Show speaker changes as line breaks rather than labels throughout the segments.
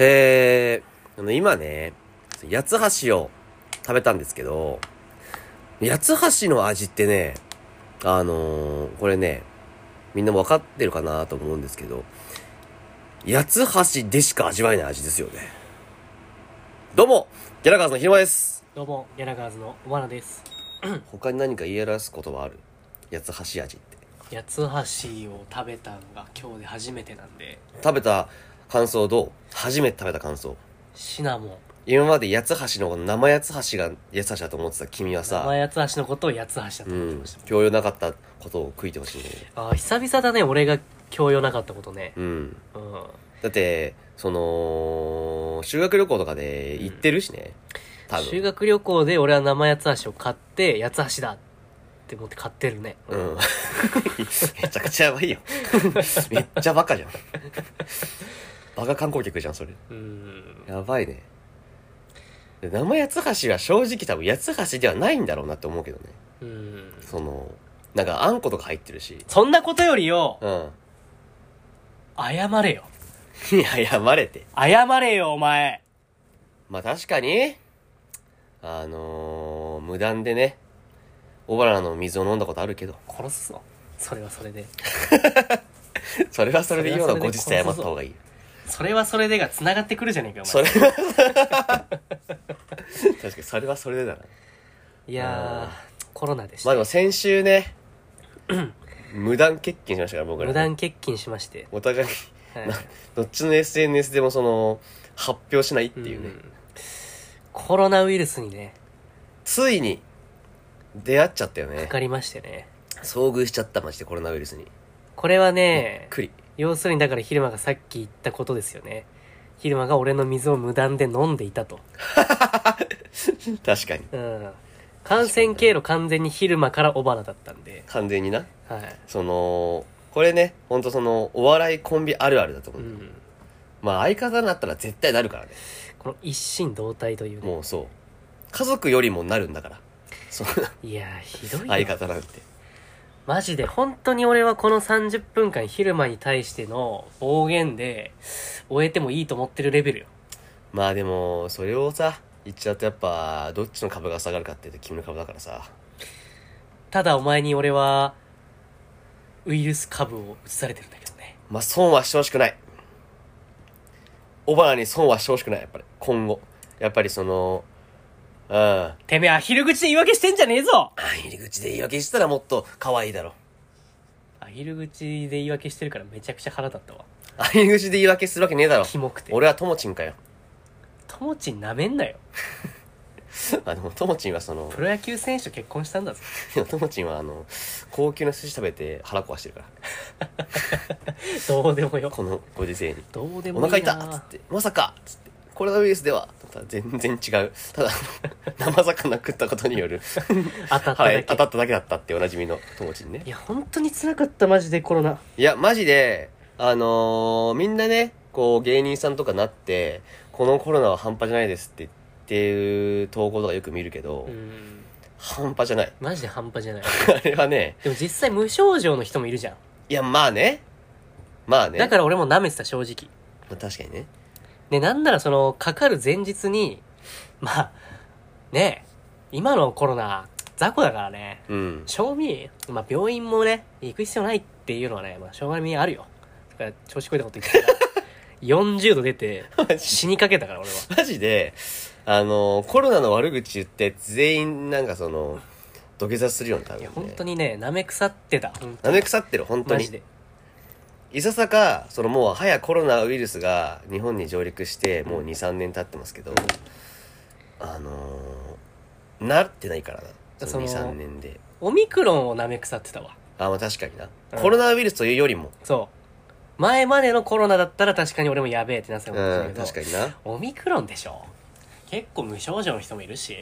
えー、あの今ね、八つ橋を食べたんですけど、八つ橋の味ってね、あのーこれね、みんなも分かってるかなと思うんですけど、八つ橋でしか味わえない味ですよね。どうも、ギャラガーズのひろまです。
どうも、ギャラガーズのおばなです。
他に何か言い表すことはある八つ橋味って。
八つ橋を食べたのが今日で初めてなんで、
食べた感想どう初めて食べた感想。
シナモン、
今まで八つ橋の生八つ橋が八つ橋だと思ってた君はさ、
生八つ橋のことを八つ橋だと
う
思って
ん
ました。、
教養なかったことを悔いてほしいね。
あー久々だね、俺が教養なかったことね。
うん。
うん。
だって、その、修学旅行とかで行ってるしね。多分。
修学旅行で俺は生八つ橋を買って、八つ橋だって思って買ってるね。
うん。めちゃくちゃやばいよ。めっちゃバカじゃん。バカ観光客じゃん、それ。
うん。
やばいね。で生八つ橋は正直多分八つ橋ではないんだろうなって思うけどね。
うん。
その、なんかあんことか入ってるし。
そんなことよりよ、
うん。
謝れよ。
いや、いやまれて。
謝れよ、お前。
まあ確かに、あのー、無断でね、小原の水を飲んだことあるけど、
殺すぞ。それはそれで。
それはそれで今の
それ
後
は
日
それ
謝
で
った方がいい。
それはそれでが繋がってくるじゃねえかよ、お前
そ。れは、確かにそれはそれでだな。
いやー、コロナでし
まあ
た
で。も先週ね、無断欠勤しましたから僕らね。
無断欠勤しまして。
お互い、
はい
などっちの SNS でもその、発表しないっていうね。
んコロナウイルスにね、
ついに、出会っちゃったよね
か。かりましてね。
遭遇しちゃった、マジでコロナウイルスに。
これは
び
ね
っ、くり。
要するにだから昼間がさっき言ったことですよね。昼間が俺の水を無断で飲んでいたと。
確かに。
うん。感染経路完全に昼間から小花だったんで。
完全にな。
はい。
そのこれねほんとそのお笑いコンビあるあるだと思
う
う、
ん。
まあ相方になったら絶対なるからね
この一心同体というね。
もうそう家族よりもなるんだからその
いやー、ひどいよ
相方なんて
マジで、本当に俺はこの30分間昼間に対しての暴言で終えてもいいと思ってるレベルよ。
まあでもそれをさ言っちゃうとやっぱどっちの株が下がるかって言うと君の株だからさ
ただお前に俺は、ウイルス株を移されてるんだけどね。
まあ損はしてほしくない小原に損はしてほしくないやっぱり今後やっぱりそのうんあ
てめえ、アヒル口で言い訳してんじゃねえぞ
入り口で言い訳したらもっと可愛いだろ
アヒル口で言い訳してるからめちゃくちゃ腹立ったわ。
入り口で言い訳するわけねえだろ
キモくて。
俺はともちんかよ
ともちん舐めんなよ。
あの、ともちんはその
プ、ロ野球選手と結婚したんだぞ。
ともちんはあの、高級な寿司食べて腹壊してるから。
どうでもよ。
このご時世に。
どうでも
お
いいな。
腹痛っつって、まさかっつって、コロナウイルスではただ全然違う。ただ、 生魚食ったことに よる
当たった
腹
だ
へ
け。
当たっただけだったっておなじみのともちんね
い。や、本当に辛かった、マジでコロナ。
いや、マジで、あのーみんなね、こう芸人さんとかなって、このコロナは半端じゃないですって言ってる投稿とかよく見るけど、
うん。
半端じゃない。
マジで半端じゃない。
あれはね、
でも実際無症状の人もいるじゃん。
いや、まあね。まあね。
だから俺も舐めてた、正直。
まあ確かにね。
ね、なんならその、かかる前日に、まあ、ね今のコロナ、雑魚だからね、
うん。
正味、まあ病院もね、行く必要ないっていうのはね、まあしょうがないあるよ。だから調子こいたこと言っ てたから。40度出て、死にかけたから俺は。
マジで、あの、コロナの悪口言って、全員なんかその、土下座するように多分、
い
ね
や、。本当にね、舐め腐ってた。本当
舐
に
め腐ってる、本当
マ
に
ジ。で。
いささか、そのもう、早コロナウイルスが日本に上陸して、もう2、3年経ってますけど、あのーなってないからな。その2、
その
3年で。
オミクロンを舐め腐ってたわ。
あ、まあ確かにな。
うん
コロナウイルスというよりも、
そう。前までのコロナだったら確かに俺もやべえってなってた
う
かもしれない
ん、
けど、
確かにな。
オミクロンでしょ結構無症状の人もいるし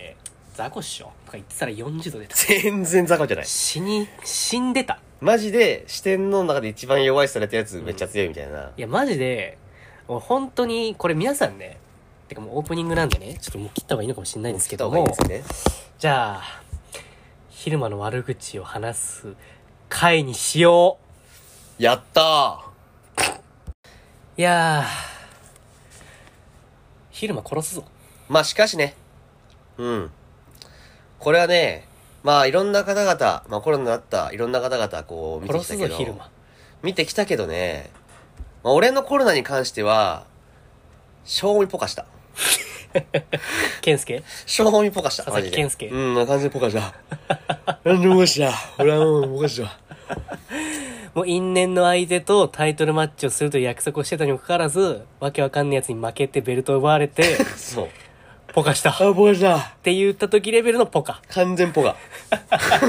雑魚っしょとか言ってたら40度出た
全然雑魚じゃない。
死に死んでた
マジで、視点の中で一番弱いされたやつめっちゃ強いみたいな。
いやマジで俺本当にこれ皆さんねてかもうオープニングなんでねちょっともう切った方がいいのかもしれないんですけども
来た方がいいですね。
じゃあ昼間の悪口を話す回にしよ
やったー
ういやー昼間殺すぞ。
まあしかしね、うん。これはね、まあいろんな方々、まあコロナになったいろんな方々こう見て
殺
きた
す
け
ぞ、
ど、
昼間。
見てきたけどね、まあ俺のコロナに関しては、正味ポカした。
ケンスケ
正味ポカした。
佐々
マジ
木
で
健介
うん、完全にポカした。なんでポカした。俺はもうポカした。
もう因縁の相手とタイトルマッチをするという約束をしてたにもかかわらず、わけわかんない奴に負けてベルトを奪われ て、
そう。
ポカした。っ
あ、ポカした。
て言った時レベルのポカ。
完全ポカ。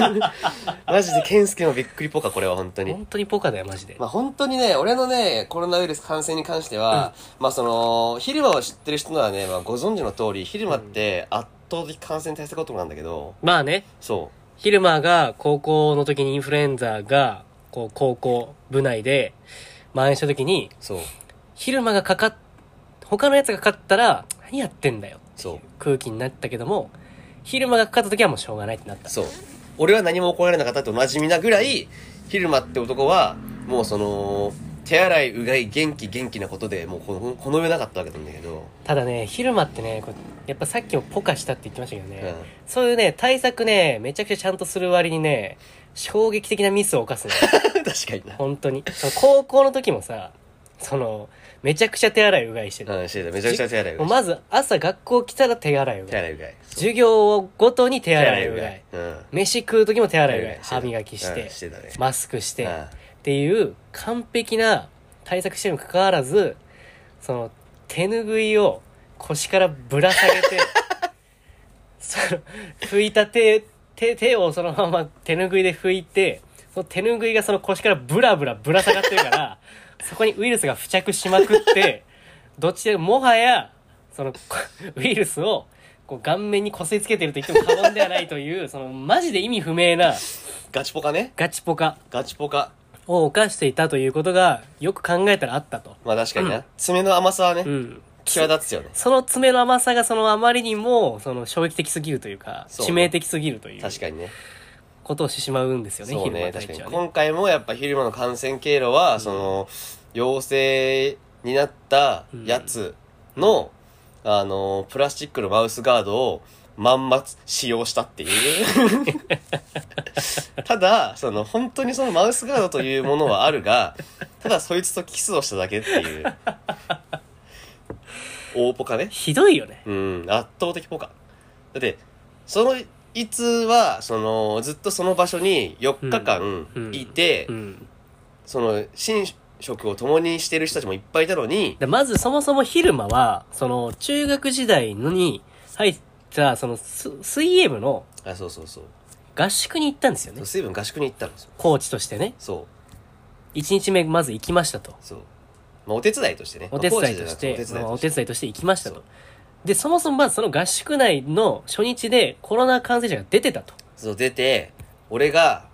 マジで健介もびっくりポカ、これは本当に。
本当にポカだよ、マジで。
まあ本当にね、俺のね、コロナウイルス感染に関しては、まあその、昼間を知ってる人ならね、まあご存知の通り、昼間って圧倒的感染対策男なんだけど、
まあね、
そ
昼間が高校の時にインフルエンザが、こう、高校部内で蔓延した時に、
う、そう、
昼間がかかっ、他のやつがかかったら、何やってんだよってい
そう
う空気になったけども、昼間がかかった時はもうしょうがないってなった。
そう。俺は何も怒られなかったと馴染みなぐらい、昼間って男は、もうその、手洗い、うがい、元気、元気なことで、もうこのこの上なかったわけなんだけど、
ただね、昼間ってね、こうやっぱさっきもポカしたって言ってましたけどね、
うん
そういうね、対策ね、めちゃくちゃちゃんとする割にね、衝撃的なミスを犯 すね。
確かにな。
本当に。その高校の時もさ、その、めちゃくちゃ手洗いうがいしてた。
うん、してた。めちゃくちゃ手洗い、う
もう
がい。
まず朝学校来たら手洗いう
手
がい。
洗い、うがい。
授業ごとに手洗いうがい。
手洗うがい。うん。
飯食う時も手洗いうがい。
手
歯
洗
磨きして、
うんしてたね。
マスクして、
うん
っていう完璧な対策してるにもかかわらず、その手拭いを腰からぶら下げて、その拭いた手、手、手をそのまま手拭いで拭いて、その手拭いがその腰からぶらぶらぶら下がってるから、そこにウイルスが付着しまくって、どっちでもはや、そのこウイルスをこう顔面にこすりつけてると言っても過言ではないという、そのマジで意味不明な
ガチポカね。
ガチポカ。
ガチポカ。
を犯していたということがよく考えたらあったと。
まあ確かにな。爪の甘さはね、
うん。
際立つよね。
その爪の甘さがそのあまりにもその衝撃的すぎるというか、
そう
致命的すぎるという
確かにね。
ことをしてしまうんですよね、
そう
昼間
ね、
大
確かに
地。はね。
今回もやっぱ昼間の感染経路は、その、陽性になったやつの、あの、プラスチックのマウスガードを、まんま使用したっていう。 ただ、その、本当にそのマウスガードというものはあるが、ただそいつとキスをしただけって いう。大ポカね。
ひどいよね。
うん、圧倒的ポカ。だって、その、いつは、その、ずっとその場所に4日
うんう
間
ん
いて、
うん。
その、寝食を共にしてる人たちもいっぱいいたのに、
でまずそもそも昼間は、その中学時代のに入ったそのす水泳部の
あ、そうそうそう。
合宿に行ったんですよね
そう。水分合宿に行ったんですよ。
コーチとしてね。
そう、
1日目まず行きましたと。
そう。まあ、お手伝いとしてね。
お手伝いとして、
ま
まあ
あ
お
コーチ
手伝いとして行きました
そ
と。で、そもそもまずその合宿内の初日でコロナ感染者が出てたと。
じゃなくてお手伝いとしてそう、出て、俺が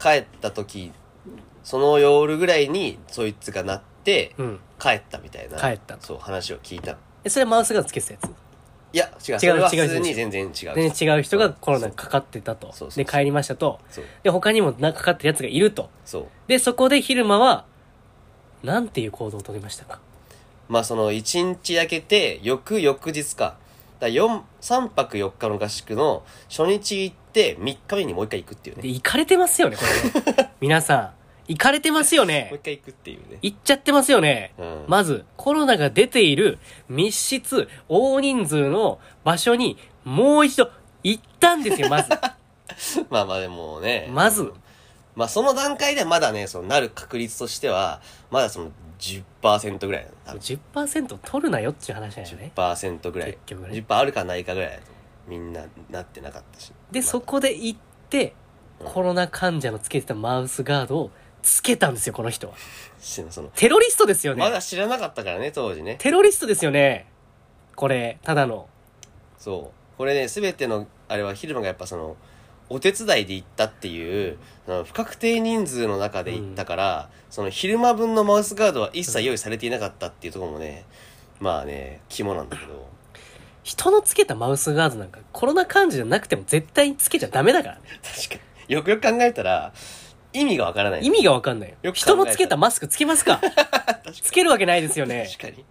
帰った時、その夜ぐらいに、そいつがなって、
うん。
帰ったみたいな。
帰った
そう、話を聞いた。
で、それはマウスガードつけてたやつ。
いや、違う。
う
それは
違
普
う
通
違
に
う
全然違う。
全然違う人がコロナにかかってたと
そうそう。そう
で、帰りましたと。
そう。
で、他にもなんかかかってるやつがいると。
そう。
で、そこで昼間は、なんていう行動をとりましたか
まあその1日焼けて、翌々日か。だ4、3泊4日の合宿の初日行って3日目にもう一回行くっていう
で、
ね。
行かれてますよね、これ ね。皆さん。行かれてますよ
もう一
ね。
回行くっていうね。
行っちゃってますよね。
うん。
まず、コロナが出ている密室、大人数の場所に、もう一度行ったんです よ、まず。
まあまあでもね。
まず。
まあその段階ではまだね、そのなる確率としては、まだその10%ぐらいなの。
10%取るなよっていう話だよね。
10%ぐらい
結。局ね。
10%あるかないかぐらいだと。みんななってなかったし。
で、
まあ
そこで行って、コロナ患者のつけてたマウスガードをつけたんですよ、この人は。
しその、
テロリストですよ
ま
ね
だ。知らなかったからね、当時ね。
テロリストですよね。これ、ただの。
そう。これね、すべての、あれは昼間がやっぱその、お手伝いで行ったっていう、その不確定人数の中で行ったから、その昼間分のマウスガードは一切用意されていなかったっていうところもね、まあね、肝なんだけど。
人のつけたマウスガードなんか、コロナ患者じゃなくても絶対につけちゃダメだからね。
確かに。よくよく考えたら、意味がわからない。
意味がわかんないよ。
よく考えた
人のつけたマスクつけますかつけるわけないですよね。
確かに。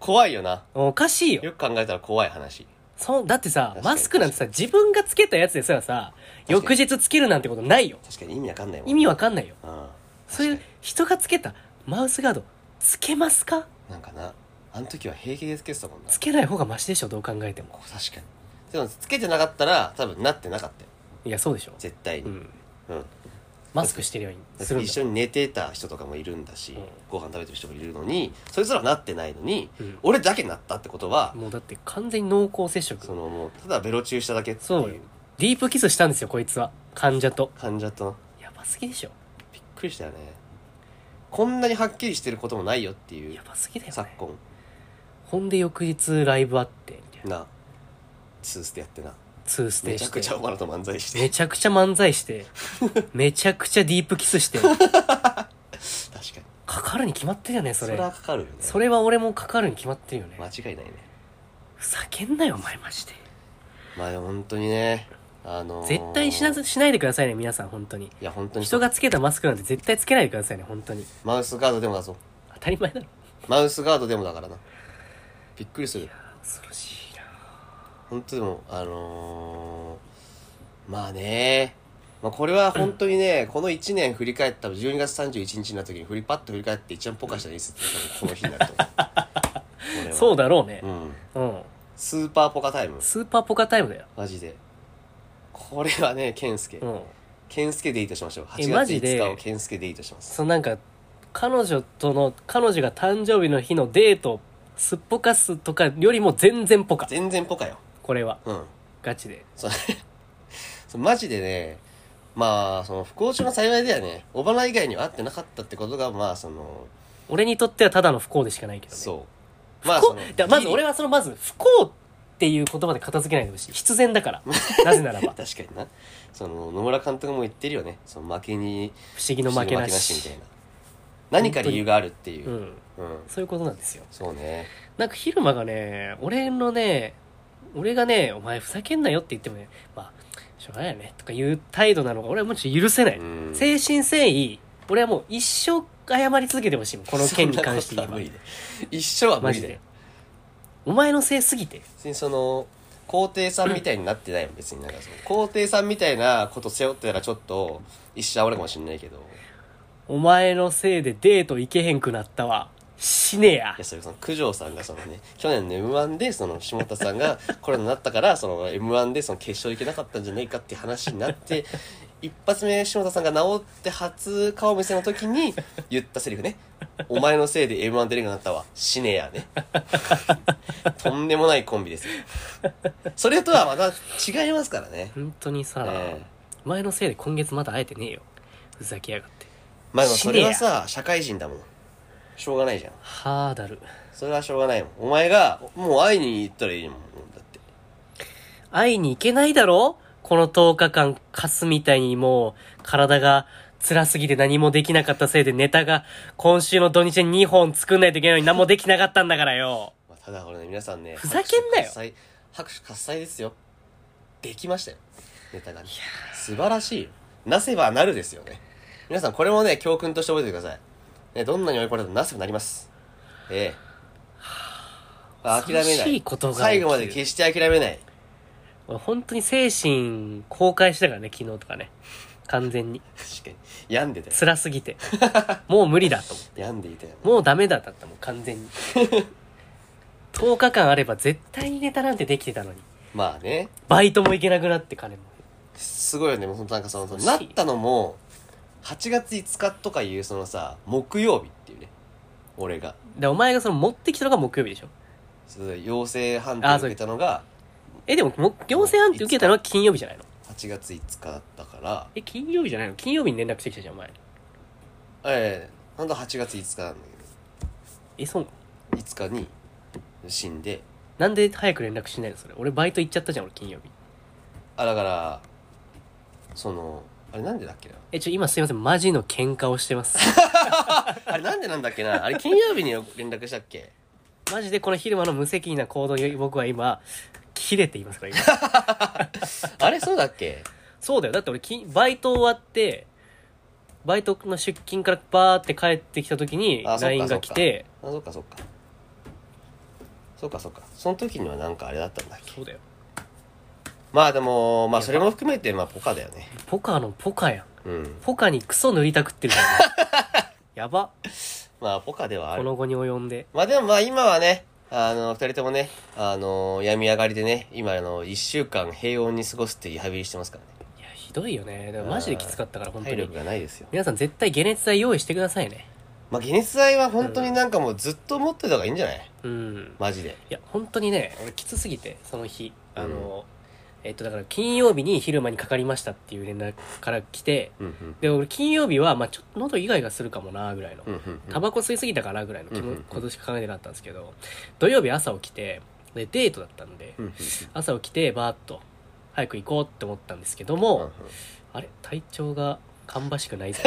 怖いよな。
おかしいよ。
よく考えたら怖い話。
そう、だってさ
確か、に
マスクなんてさ、自分がつけたやつですらさ、
確か
翌
に
日つけるなんてことないよ。
確かに意味わかんないもん。
意味わかんないよ。
うん。
そういう
確か
人がつけたマウスガード、つけますか
になんかな、あの時は平気でつけてたもんな。
つけない方がマシでしょ、どう考えても。
確かに。でもつけてなかったら、多分なってなかったよ。
いや、そうでしょ。
絶対に。
う
うん。
ん。マスクしてりゃいい。
だっ
す
て
るん
一
だ。
緒に寝てた人とかもいるんだし、
うん
ご飯食べてる人もいるのに、そいつらはなってないのに、
うん
俺だけなったってことは、
もうだって完全に濃厚接触
そ。のもう、ただベロチューしただけって
そう
い
よ
う。
ディープキスしたんですよ、こいつは。患者と。
患者との、
やばすぎでしょ。
びっくりしたよね。こんなにはっきりしてることもないよっていう
や、ばすぎだよ
昨
ね。
今、
ほんで翌日ライブあって、みたいな。
な、ツーステやってな。
ツーステ
め
ー
ちゃ
し
く
て
ち。ゃおばらと漫才して。
めちゃくちゃ漫才 して、めちゃくちゃディープキスして、
確かに。
かかるに決まってるよね、
そ
それ。
れ
それ
はかかるよね。
は俺もかかるに決まってるよね。
間違いないね。
ふざけんなよ、お前マジで。
まあでも本当にね、あのー
絶対しなず、しないでくださいね、皆さん、本当に。
いや本当にそう
人がつけたマスクなんて絶対つけないでくださいね、本当に。
マウスガードでもだぞ。
当たり前だろ。
マウスガードでもだからな。びっくりする。
恐ろしいな。
本当でもあのー、まあねまあこれは本当に ね、この1年振り返った12月31日になった時に振りパッと振り返って一番ポカしたのいつって多分この日になると思う
そう
だ
だろうね
う。ん
うん。
スーパーポカタイム
スーパーポカタイムだよ。
マジでこれはね健介
うん。
健介デートしましょう
え
8
マ
月
ジで
5日を健介デートします
そのなんか、彼女との、彼女が誕生日の日のデート、すっぽかすとかよりも全然ポカ。
全然ポカよ
これは。
うん
ガチで。
そうそうマジでねまあその不幸中の幸いではねおばな以外には会ってなかったってことがまあその
俺にとってはただの不幸でしかないけどね。
そう。ま
まあ、
あ、
そ
その
まず俺
は。
はそのまず不幸っていう言葉で片付けないでほしい必然だから なぜならば
確かにな。その、野村監督も言ってるよね。その、負けに、
不思議の負けなし
みたいな。何か理由があるっていう。
う
うん。
んそういうことなんですよ
そうね。
なんか昼間がね俺のね俺がねお前ふざけんなよって言ってもねまあしょうがないよねとかいう態度なのが俺はもうちょっと許せない、
うん。
誠心誠意俺はもう一生謝り続けてほしいもんこの件に関して
そんなこ
言えば
とは無理で。一生は無
マジ
理だ
で
よ。
お前のせいすぎて
別にその、皇帝さんみたいになってないもん、別になんかその。皇帝さんみたいなこと背負ってたらちょっと、一生俺かもしんないけど。い
お前のせいでデート行けへんくなったわ死ねや
や、それその、九条さんがそのね、去年の M1 で、その、下田さんがコロナになったから、その、M1 でその決勝行けなかったんじゃないかって話になって、一発目、下田さんが治って初顔見せの時に言ったセリフね。お前のせいで M1 出れなくなったわ。死ねやね。とんでもないコンビですよ。それとはまた違いますからね。
本当にさ、
ええ
お前のせいで今月まだ会えてねえよふざけやがって
まあでもそれはさ、社会人だもん。しょうがないじゃん。
ハーダル
それはしょうがないもん。お前が、もう会いに行ったらいいもん。だって。
会いに行けないだろこの10日間カスみたいにもう体が辛すぎて何もできなかったせいでネタが今週の土日に2本作んないといけないのに何もできなかったんだからよ
まあ、ただこれね皆さんね
ふざけんなよ
拍手喝采拍手喝采ですよできましたよネタがね素晴らしいよなせばなるですよね皆さんこれもね教訓として覚えてください、ね、どんなに追い込まれてもなせばなりますええまあ諦めな
恐ろしい
い
ことが起きる
最後まで決して諦めない
俺本当に精神崩壊したからね昨日とかね完全に
確かに病んでたよ
辛すぎてもう無理だと思って
病んでいたよ
もうダメだだったもん完 全に10日間あれば絶対にネタなんてできてたのに
まあね
バイトも行けなくなって金も
すごいよねもうそのなんかその
恐ろ
なっ
しい
たのも8月5日とかいうそのさ木曜日っていうね俺が
でお前がその持ってきたのが木曜日でしょ
それで陽性判定を受けたのが
えでもも行政判定受けたのは金曜日じゃないの
8月5日だったから
え金曜日じゃないの金曜日に連絡してきたじゃんお前
ええ本当は8月5日なんだ
えそう
けど5日に死んで
なんで早く連絡しないのそれ俺バイト行っちゃったじゃん俺金曜日
あだからそのあれなんでだっけな
えちょ今すいませんマジの喧嘩をしてます
あれなんでなんだっけなあれ金曜日に連絡したっけ
マジでこの昼間の無責任な行動に僕は今切れていますから今
あれそうだっけ
そうだよだって俺きバイト終わってバイトの出勤からバーって帰ってきた時に
あそっか
LINE が来て
あそっかそっかそうかそうかその時にはなんかあれだったんだっけ
そうだよ
まあでもまあそれも含めてまあポカだよね
ポカのポカやん
うん
ポカにクソ塗りたくってる からねやば
まあポカではあ
こ
る
の後に及んで
まあでもまあ今はねあの二人ともねあの病み上がりでね今あの一週間平穏に過ごすってリハビリしてますからね
いやひどいよねでもマジできつかったから本当
体
に
力がないですよ
皆さん絶対解熱剤用意してくださいね
まあ解熱剤は本当になんかもうずっと持ってた方がいいんじゃない
うん
マジで
いや本当にね俺きつすぎてその日あの、えっとだから金曜日に昼間にかかりましたっていう連絡から来て
うんうん
で俺金曜日はまあちょっと喉以外がするかもなぐらいの
うんうんうん
タバコ吸いすぎたかなぐらいの気
うんう
も
んうん
ことしか考えてなかったんですけど土曜日朝起きてでデートだったんで
うんうん
朝起きてバーッと早く行こうって思ったんですけど
うん
もあれ体調が芳しくない ぞ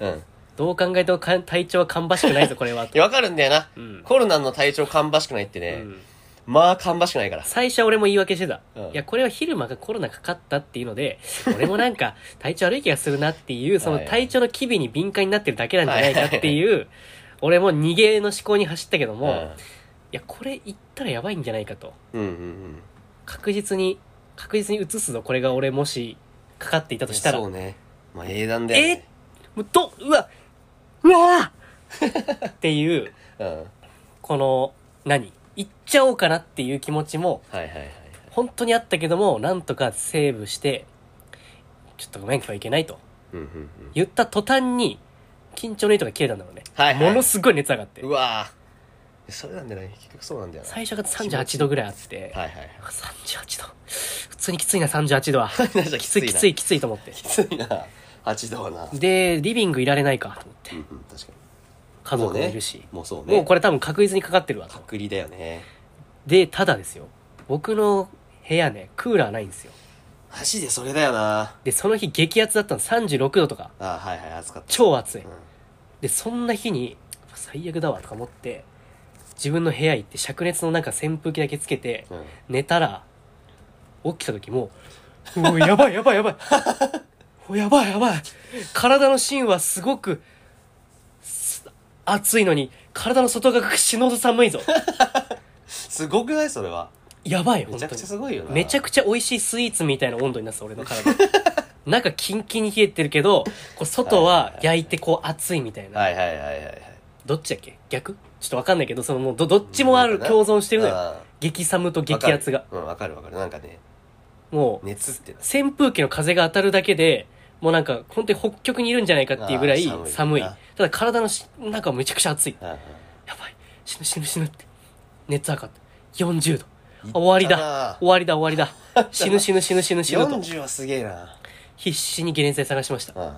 うんうん
どう考えてもか体調は芳しくないぞこれはと
いやわかるんだよな
うん
コロナの体調芳しくないって
う
ね、
ん
まあ芳しくないから
最初は俺も言い訳してた、
うん
いやこれは昼間がコロナかかったっていうので俺もなんか 体調悪い気がするなっていうその体調の機微に敏感になってるだけなんじゃないかっていう俺も逃げの思考に走ったけども、いやこれ言ったらやばいんじゃないかと
うん、うんうん
確実に確実に移すぞこれが俺もしかかっていた
うん
としたら
そう
も
ねまあ英断だよ、ね、
うどうわうわーっていう
えうんはい
この何行っちゃおうかなっていう気持ちも
はいはい
本当にあったけどもなんとかセーブしてちょっとごめん今日はいけないと
うんうんうん
言った途端に緊張の糸が切れたんだろうね、
はいはい
ものすごい熱上がって
うわぁそれなんだよね結局そうなんだよな
最初が38度ぐらいあって、
はいはいはい
38度普通にきついな38度はきついきつ
い
いきついと思って
きついな8度はなう
でリビングいられないかと思って
んうん確か
家
に
族もいるし、
もうそうね
もうこれ多分確実にかかってるわと
隔離だよね
でただですよ僕の部屋ねクーラーないんですよ
マジでそれだよな
でその日激アツだったの36度とか
あはいはい暑かった
超暑い、
うん
でそんな日に最悪だわとか思って自分の部屋行って灼熱の中扇風機だけつけて
うん
寝たら起きた時もううおやばいやばいやばいおやばいやばい体の芯はすごくす熱いのに体の外側が死ぬほど寒いぞ
すごくないそれは
やばい
め
本
ちゃ
当
く
に
ちゃすごいよな
めちゃくちゃ美味しいスイーツみたいな温度になってた俺の 体中キンキンに冷えてるけどこう外は焼いてこう熱いみたいな
はいはいはいはいはい
どっちだっけ逆ちょっとわかんないけど、そのもうど、どっちもある、共存してるのよ。
よ
激寒と激圧が。
うんわかるわかるなんかね
もう、
熱ってな
扇風機の風が当たるだけで、もうなんか、本当に北極にいるんじゃないかっていうぐらい
あー
寒い。
寒いな
ただ体のし中はめちゃくちゃ暑い。
うんうん
やばい。死ぬ死ぬ死ぬって。熱上がって。40度。あ終わりだ。
だ
終わりだ終わり だ。死ぬ死ぬ死ぬ死ぬ死ぬと。
40はすげえな
必死に解熱剤探しました。
う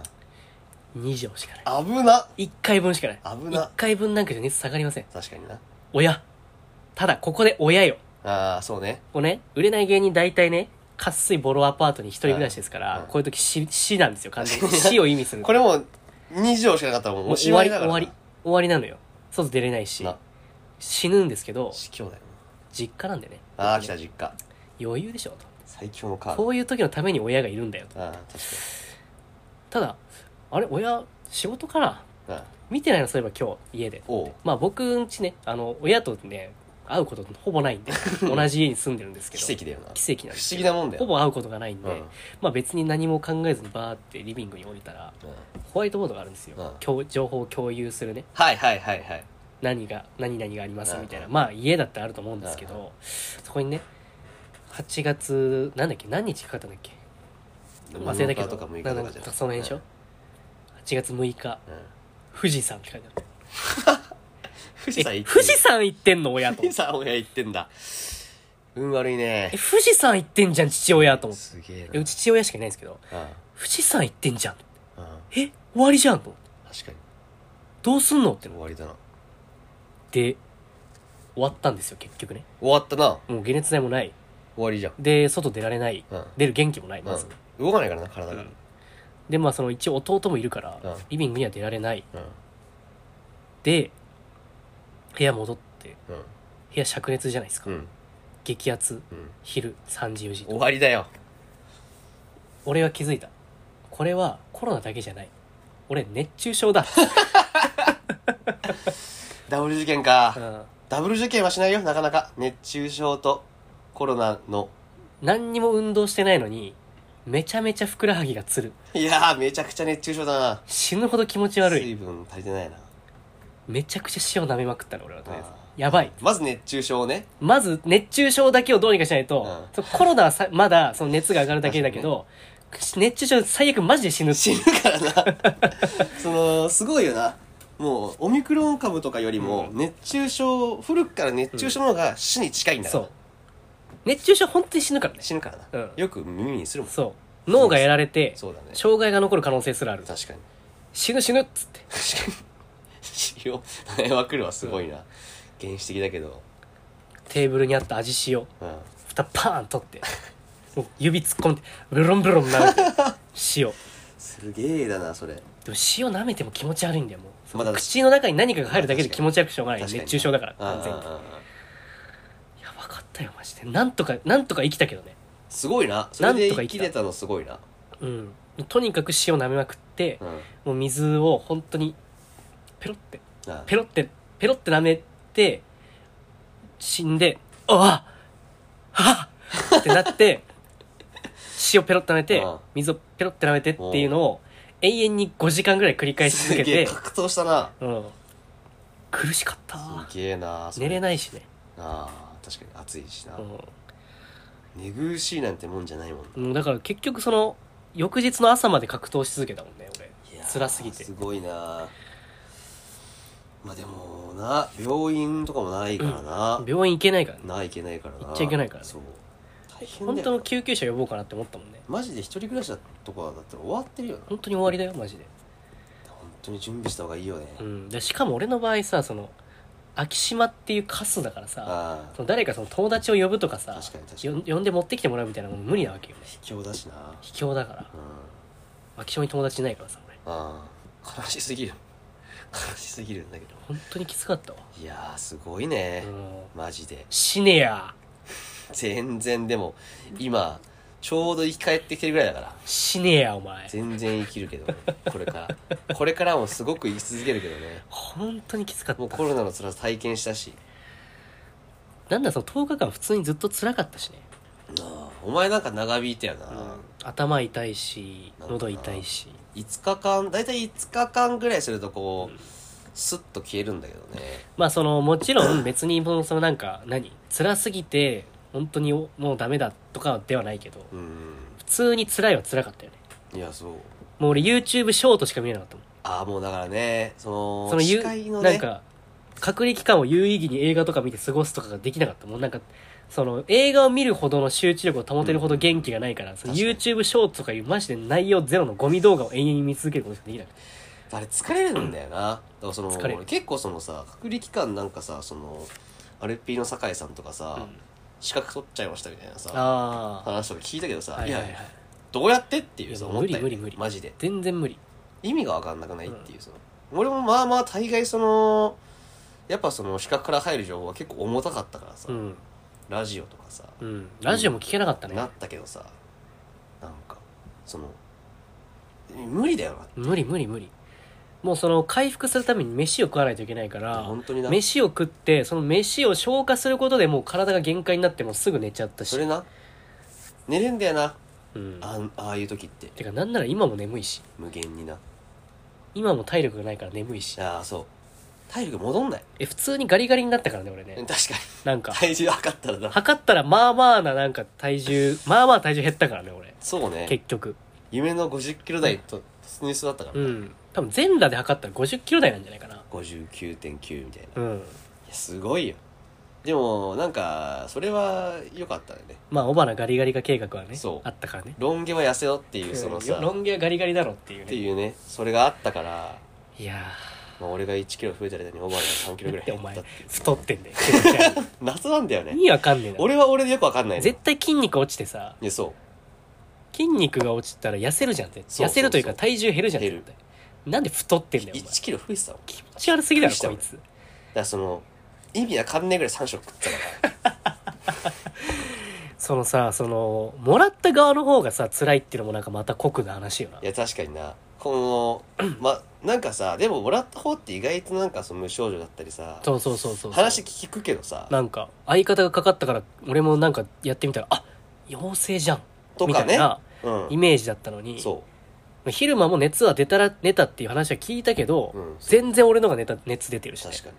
2錠しかない。
ん危な
1回分しかない。
危な
1回分なんかじゃ熱下がりません。
確かにな
親。ただ、ここで親よ。
ああそうね
こうね、売れない芸人大体ね、かっすいボロアパートに一人暮らしですから、
はいはい
こういう時死、死なんですよ、完全 に。死を意味する。
これもう2条しかなかったらもう
もう
おし
終
ま
わ
い
り、
だか
終
ら
わり、終わりなのよ。外出れないし
な、
死ぬんですけど、
死去だよ
実家なんでね。
なああ来た実家
余裕でしょ、
最強のカ
と。
ード
こういう時のために親がいるんだよ、と。
ああ確
ただ、あれ、親、仕事かな
かにああ
見てないの、そういえば今日、家で。
おう
まあ僕んちね、あの、親とね、会うことほぼないんで、同じ家に住んでるんですけど。
奇跡だよな不
奇跡なんです
思
け
議
ど
なもんだよ
ほぼ会うことがないんで、
うん
まあ別に何も考えずにバーってリビングに降りたら、
うん
ホワイトボードがあるんですよ、
うん
共情報を共有するね
はいはいはいはい
何が何々がありますみたいな、
う
まあ家だってあると思うんですけど、
うん
そこにね8月なんだっけ何日かかったんだっけ忘れたけ
7日とか
ど
6日とかじゃ
なん
な
か
い
その辺でしょ、8月6日
うんうん
富士山って書いてある
富士山
え
行って
富士山行ってんの親と
富士山親行ってんだ運悪いね
え富士山行ってんじゃん父親と思って
すげえな
えうち父親しかいないんですけど
うん
富士山行ってんじゃん
うん
え終わりじゃんと思って
確かに
どうすんのって
終わりだな
で終わったんですよ結局ね
終わったな
もう解熱剤もない
終わりじゃん
で外出られない、
うん
出る元気もないまず、
うん動かないからな体が
うんでまあその一応弟もいるから、
うん
リビングには出られない
うん
で部屋戻って
うん
部屋灼熱じゃないですか、
うん
激圧
うん
昼3時4時
終わりだよ
俺は気づいたこれはコロナだけじゃない俺熱中症だ、
ダブル事件か
うん
ダブル受験はしないよ、なかなか。熱中症とコロナの。
何にも運動してないのにめちゃめちゃふくらはぎがつる
いやー、めちゃくちゃ熱中症だな。
死ぬほど気持ち悪い
水分足りてないな。
めちゃくちゃ塩舐めまくったの俺はとりあえず
あ
やばい
まず熱中症ね。
まず熱中症だけをどうにかしないと、
うん
そうコロナはさまだその熱が上がるだけだけど、熱中症最悪マジで死ぬって
死
い
ぬ
う
からな そのすごいよなもうオミクロン株とかよりも熱中症、古くから熱中症の方が死に近いんだから、
そう熱中症本当に死ぬからね
死ぬからな、
うん
よく耳にするもん
そう脳がやられて
そうだね
障害が残る可能性すらある
確 かに
死ぬ死ぬっつって
確かに死を苗分くるはすごいな、原始的だけど、
テーブルにあった味塩
うん、
蓋パーン取ってもう指突っ込んでブロンブロン 舐めて塩
すげえだなそれ
でも塩舐めても気持ち悪いんだよもう
まだ
口の中に何かが入るだけで気持ち悪くしょうがない
確かに
熱中症だから
うんうんう
完全に
んうん
やばかったよマジでなんとかなんとか生きたけどね
すごいなそれで
なんとか
生
生き
き
た
てたのすごいな、
うんとにかく塩舐めまくって
うん、
もう水を本当にペロって
な
ペロってペロって舐めて死んで「あああってなって塩ペロって舐めて
うん
水をペロって舐めてっていうのを永遠に5時間ぐらい繰り返し
す
続け
げえ
て、
格闘したな
うん、苦しかった
すげえなそ
寝れ
な
ないしね、
あー確かに暑いしな、
う
寝苦しいなんてもんじゃないもん
ん、もうだから結局その翌日の朝まで格闘し続けたもんね
いや
俺
ー
辛すぎて
すごいなまあでもな病院とかもないからな、
病院行けないからね
ないけないからな
行っちゃいけないからね
そう大変だよ
本当の救急車呼ぼうかなって思ったもんね
マジで一人暮らしだとかだったら終わってるよな
本当に終わりだよマジで
本当に準備した方がいいよね、
うん、でしかも俺の場合さその昭島っていうカスだからさ
あ
その誰かその友達を呼ぶとか
あ
さ
確かに確かに
よ呼んで持ってきてもらうみたいなのも無理なわけよね
卑怯だしな
卑怯だから
うん
昭島に友達いないからさ俺
ああ悲しすぎる悲しすぎるんだけど
本当にきつかったわ、
いやーすごいね、
うん、
マジで
死ねや
全然でも今ちょうど生き返ってきてるぐらいだから
死ねやお前
全然生きるけどねこれからこれからもすごく生き続けるけどね
本当にきつかった
もうコロナの辛さ体験したし
なんだその10日間普通にずっと辛かったしね、
なあお前なんか長引いたよな、
頭痛いし
なんだ
喉痛いし
5日間大体5日間ぐらいするとこう、スッと消えるんだけどね
まあそのもちろん別にそのそのなんか何辛すぎて本当におもうダメだとかではないけど
うん
普通に辛いは辛かったよね
いやそう
もう俺 YouTube ショートしか見れなかったもん
ああもうだからねその
そのゆ
司会の
な
ね
んか隔離期間を有意義に映画とか見て過ごすとかができなかったもんなんかその映画を見るほどの集中力を保てるほど元気がないから、その
確かに
YouTube ショートとかいうマジで内容ゼロのゴミ動画を永遠に見続けることしかできなくて
あれ疲れるんだよなだからその
疲れる
結構そのさ隔離期間なんかさそのアルピーの酒井さんとかさ、
うん
資格取っちゃいましたみたいなさ
ああ
話とか聞いたけどさ、
はい
い
はい
や
はい
どうやってってい
いうや
さ
もう
思ったよ、ね、
無理無理無理
マジで
全然無理
意味が分かんなくないっていうその、俺もまあまあ大概そのやっぱその視覚から入る情報は結構重たかったからさ、
うん
ラジオとかさ、
うんラジオも聞けなかったね、
なったけどさなんかその無理だよ
無理無理無理もうその回復するために飯を食わないといけないか
な
ら
本当にな
飯を食ってその飯を消化することでもう体が限界になってもうすぐ寝ちゃったし
それな寝れんだよな
うん
あんああいう時って
てかなんなら今も眠いし
無限にな
今も体力がないから眠いし
ああそう体力戻んない
え普通にガリガリになったからね俺
確か
ね
に
なんか
体重測ったらな
測ったらまあまあななんか体重まあまあ体重減ったからね俺
そうね
結局
夢の5 0キロ台と突入しそうだったから
う
な、
ん多分全裸で測ったら5 0キロ台なんじゃないかな
59.9みたいな
うん
いやすごいよでもなんかそれは良かったよね
まあ尾花ガリガリ化計画はね
そう
あったからね
ロン毛は痩せろっていうそのさ
ロン毛はガリガリだろっていう
って
ね
いうねそれがあったから、
いや
まあ、俺が1キロ増えた間にオバが3キロ
ー
ぐ
だ
ら
っ
い減
てお
ったっ
前
ていう
太っ てんだよ気持ち悪
謎なんだよ
い
ね
意味わかんねえな
俺は俺でよくわかんないのい
絶対筋肉落ちてさ
やそう
筋肉が落ちたら痩せるじゃんって
そうそうそう
痩せるというか体重減るじゃん
減る
絶対なんで太ってんだよお前
1キロ増えてたもんだか
気持ち悪すぎだろ
びっくりした
こ
俺
いつ
らその意味わかんないぐらい3食食ってたから
そのさそのもらった側の方がさ辛いっていうのもなんかまた酷な話よない
や確かになこのまなんかさでももらった方って意外となんかその無症状だったりさ
そうそうそうそう
話聞くけどさ
なんか相方がかかったから俺もなんかやってみたらあ陽性じゃん
とか
みたい
ね
な
うん
イメージだったのに、
そ
昼間も熱は出たら出たっていう話は聞いたけど、
う、うん、
全然俺のが寝た熱出てるし、ね、
確かに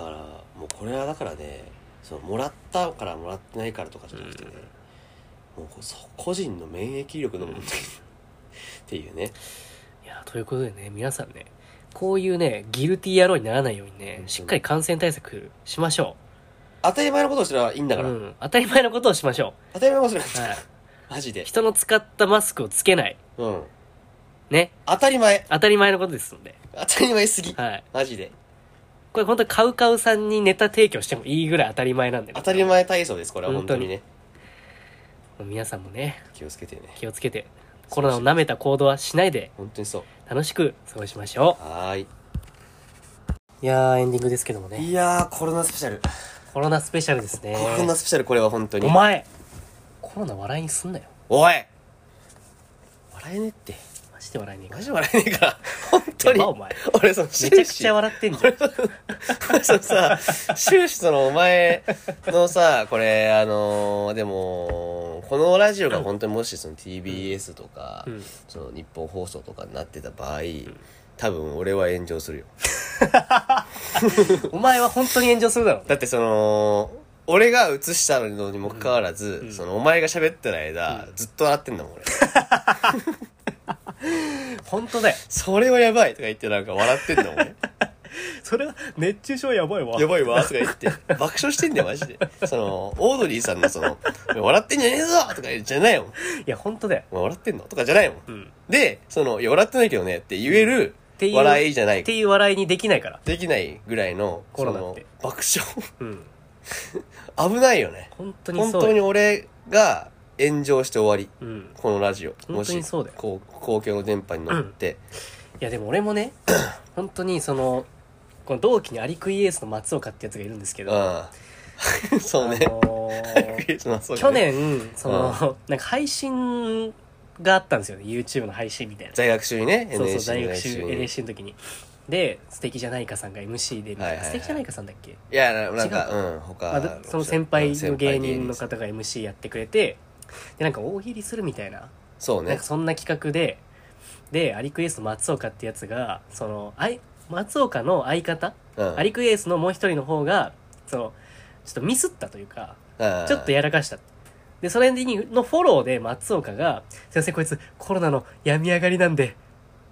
なだからもうこれはだからねそのもらったからもらってないからとかじゃなくてね、もうこうそ個人の免疫力の問題 っていうね
いやということでね皆さんねこういうねギルティー野郎にならないようにね
うん
しっかり感染対策しましょ
当たり前のことをしたらいいん
う、
だから、
うん、当たり前のことをしましょ
当たり前のことをした
う、
ら、
はい、
マジで
人の使ったマスクをつけない
うん
ね
当たり前
当たり前のことですので、
当たり前すぎ
はい、
マジで
これ本当にカウカウさんにネタ提供してもいいぐらい当たり前なんで、ね、
当たり前体操ですこれは
本
本
当
当
に
にね
皆さんもね
気をつけてね
気をつけてコロナを舐めた行動はしないで
本当にそう
楽しく過ごしましょ
はーいう
いやーエンディングですけどもね
いやーコロナスペシャル、
コロナスペシャルですね
コロナスペシャルこれは本当に
お前コロナ笑いにすんなよ
おい笑えねえって
マジで笑いにいか
マ
ん
ジ笑えねえから 本当に
やばお前
俺その
め
終
ちゃく
始
ちゃ笑ってんじゃん
俺 そのさ終始そのお前のさこれあのーでもこのラジオが本当にもしその TBS とか、
うん
その日本放送とかになってた場合、多分俺は炎上するよ
お前は本当に炎上するだろ
だってその俺が映したのにもかかわらず、
うん
そのお前が喋ってる間、ずっと笑ってんだもん俺
本当だよ
それはやばいとか言ってなんか笑ってんだもん 俺
それは熱中症やばいわ
やばいわとか言って、爆笑してんだよ、マジで。その、オードリーさんのその、笑ってんじゃねえぞとか言うじゃないもん。
いや本当だよ
お前笑ってんのとかじゃないもん。
うん
で、その、いや、笑ってないけどねって言える
てい、う
笑いじゃない
っ。ていう笑いにできないから
できないぐらいの、
コロナっ
の
て、
爆笑。
うん
危ないよね。
本当に
本
そう
当
だ
に
よ
俺が炎上して終わり。
うん
このラジオ。
本当にそうだよ
もしこう公共の電波に乗って。
いやでも俺 もね本当にそのこの同期にアリクイエースの松岡ってやつがいるんですけ
う
ど、
ん。 そうね
あ。のー去
去。
年その、なんか配信があったんですよね YouTube の配信みたいな
在学中にね、
そうそ
NHK
う大
の
学
在
中
学中に
NSC の時にで「素敵じゃないか」さんが MC でみたいな、
はいはいはい
素敵じゃないかさんだっけ、
いや、ななんか、
違
うん、他、
まあどその先輩
うん先
の芸人の
さん
方が MC やってくれてでなんか大喜利するみたいな,、
そう
なん
ね
か。そんな企画ででアリクエスト松岡ってやつがそのあい松岡の相方、
うん
アリクエストのもう一人の方がそのちょっとミスったというか
うん
ちょっとやらかした。で、それにのフォローで松岡が、すいません、こいつコロナの病み上がりなんで、っ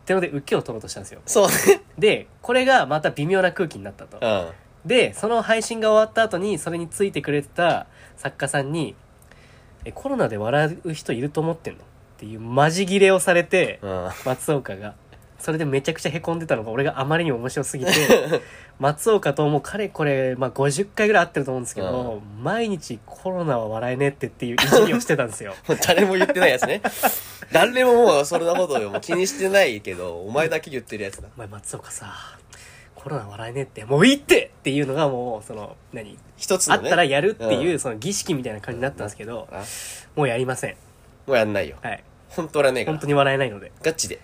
てので、受けを取ろうとしたんですよ。
そうね。
で、これがまた微妙な空気になったと
う。ん。
で、その配信が終わった後に、それについてくれてた作家さんに、え、コロナで笑う人いると思ってんのっていうマジギレをされて、
うん。
松岡が。それでめちゃくちゃ凹んでたのが、俺があまりにも面白す ぎて、松岡ともうかれこれ、まあ、50回ぐらい会ってると思うんですけど、毎日コロナは笑えねえってっていういじりをしてたんですよ。
もう誰も言ってないやつね。誰ももうそんなことをもう気にしてないけど、お前だけ言ってるやつだ。
お前松岡さ、コロナ笑えねえって、もういいってっていうのがもう、その、何
一つ
あ
の
っ
ね。
たらやるっていうう、
ん
その儀式みたいな感じになったんですけど、
あ
もうやりません。
もうやんないよ。
はい。
本当らねえか
本
ら
当。に笑えないので、
ガチで。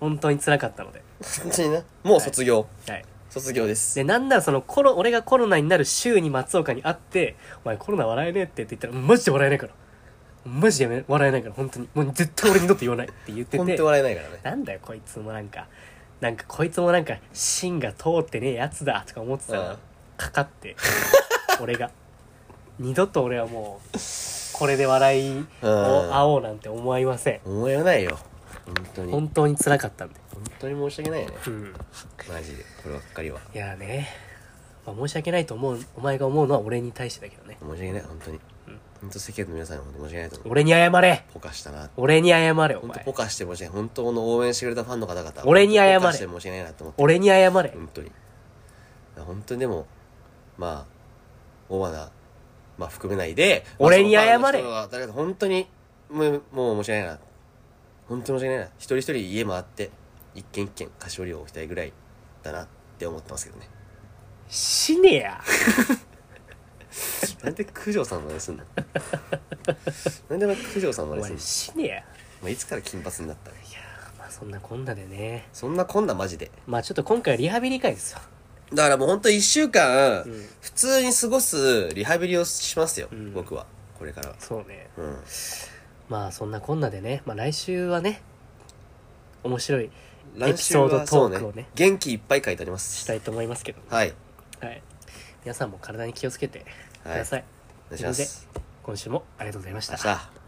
本当に辛かったので。
本当にな。もう卒業。
はい。
卒業です。
で、なんならそのコロ、俺がコロナになる週に松岡に会って、お前コロナ笑えねえってって言ったら、マジで笑えないから。マジでやめ笑えないから、本当に。もう絶対俺二度と言わないって言って
本
て
当。笑えないからね。
なんだよ、こいつもなんか、なんかこいつもなんか、芯が通ってねえやつだとか思ってた
う
ら
ん、
かかって、俺が。二度と俺はもう、これで笑いを会おうなんて思いません。
思えないよ。本当に。本
本当に辛かったんで。
当に申し訳ないね。
うん。
マジで。こればっかりは。
いやーね、まあ、申し訳ないと思う、お前が思うのは俺に対してだけどね。
申し訳ない、本当に。本当世間の皆さん、本当申し訳ないと思う。
俺に謝れ
ポカしたな。
俺に謝れお
本当
前
ポカして申し訳ない。本当の応援してくれたファンの方々。
俺に謝れ
ポカして申し訳ないなって思って。
俺に謝れ
本当に。本当にでも、まあ、大花、まあ含めないで、
俺に謝れ
まあそのファンの人が本当に、もう、もう申し訳ないな。本当に申し訳ないな。一人一人家回って、一軒一軒菓子折りを置きたいぐらいだなって思ってますけどね。
死ねや
なんで九条さんまですん のなんで九条さんま
お
ですん
前
の
死ねや
まあ、いつから金髪になったね。
いやーまあそんなこんなでね
そんなこんなマジで。
まあちょっと今回はリハビリ会ですよ
だからもうほんと一週間、
うん
普通に過ごすリハビリをしますよ、
うん
僕は。これからは。
そうね
うん。
まあそんなこんなでね、まあ、来週はね面白いエ
来
ピ
週
ソード
はそ
ト
う
ークをね
ね、元気いっぱい書いてあります。
したいと思いますけど、
はい。
はい、皆さんも体に気をつけてく
はい。
ださい、
お願いします。
今週もありがとうございまし
明
た
日。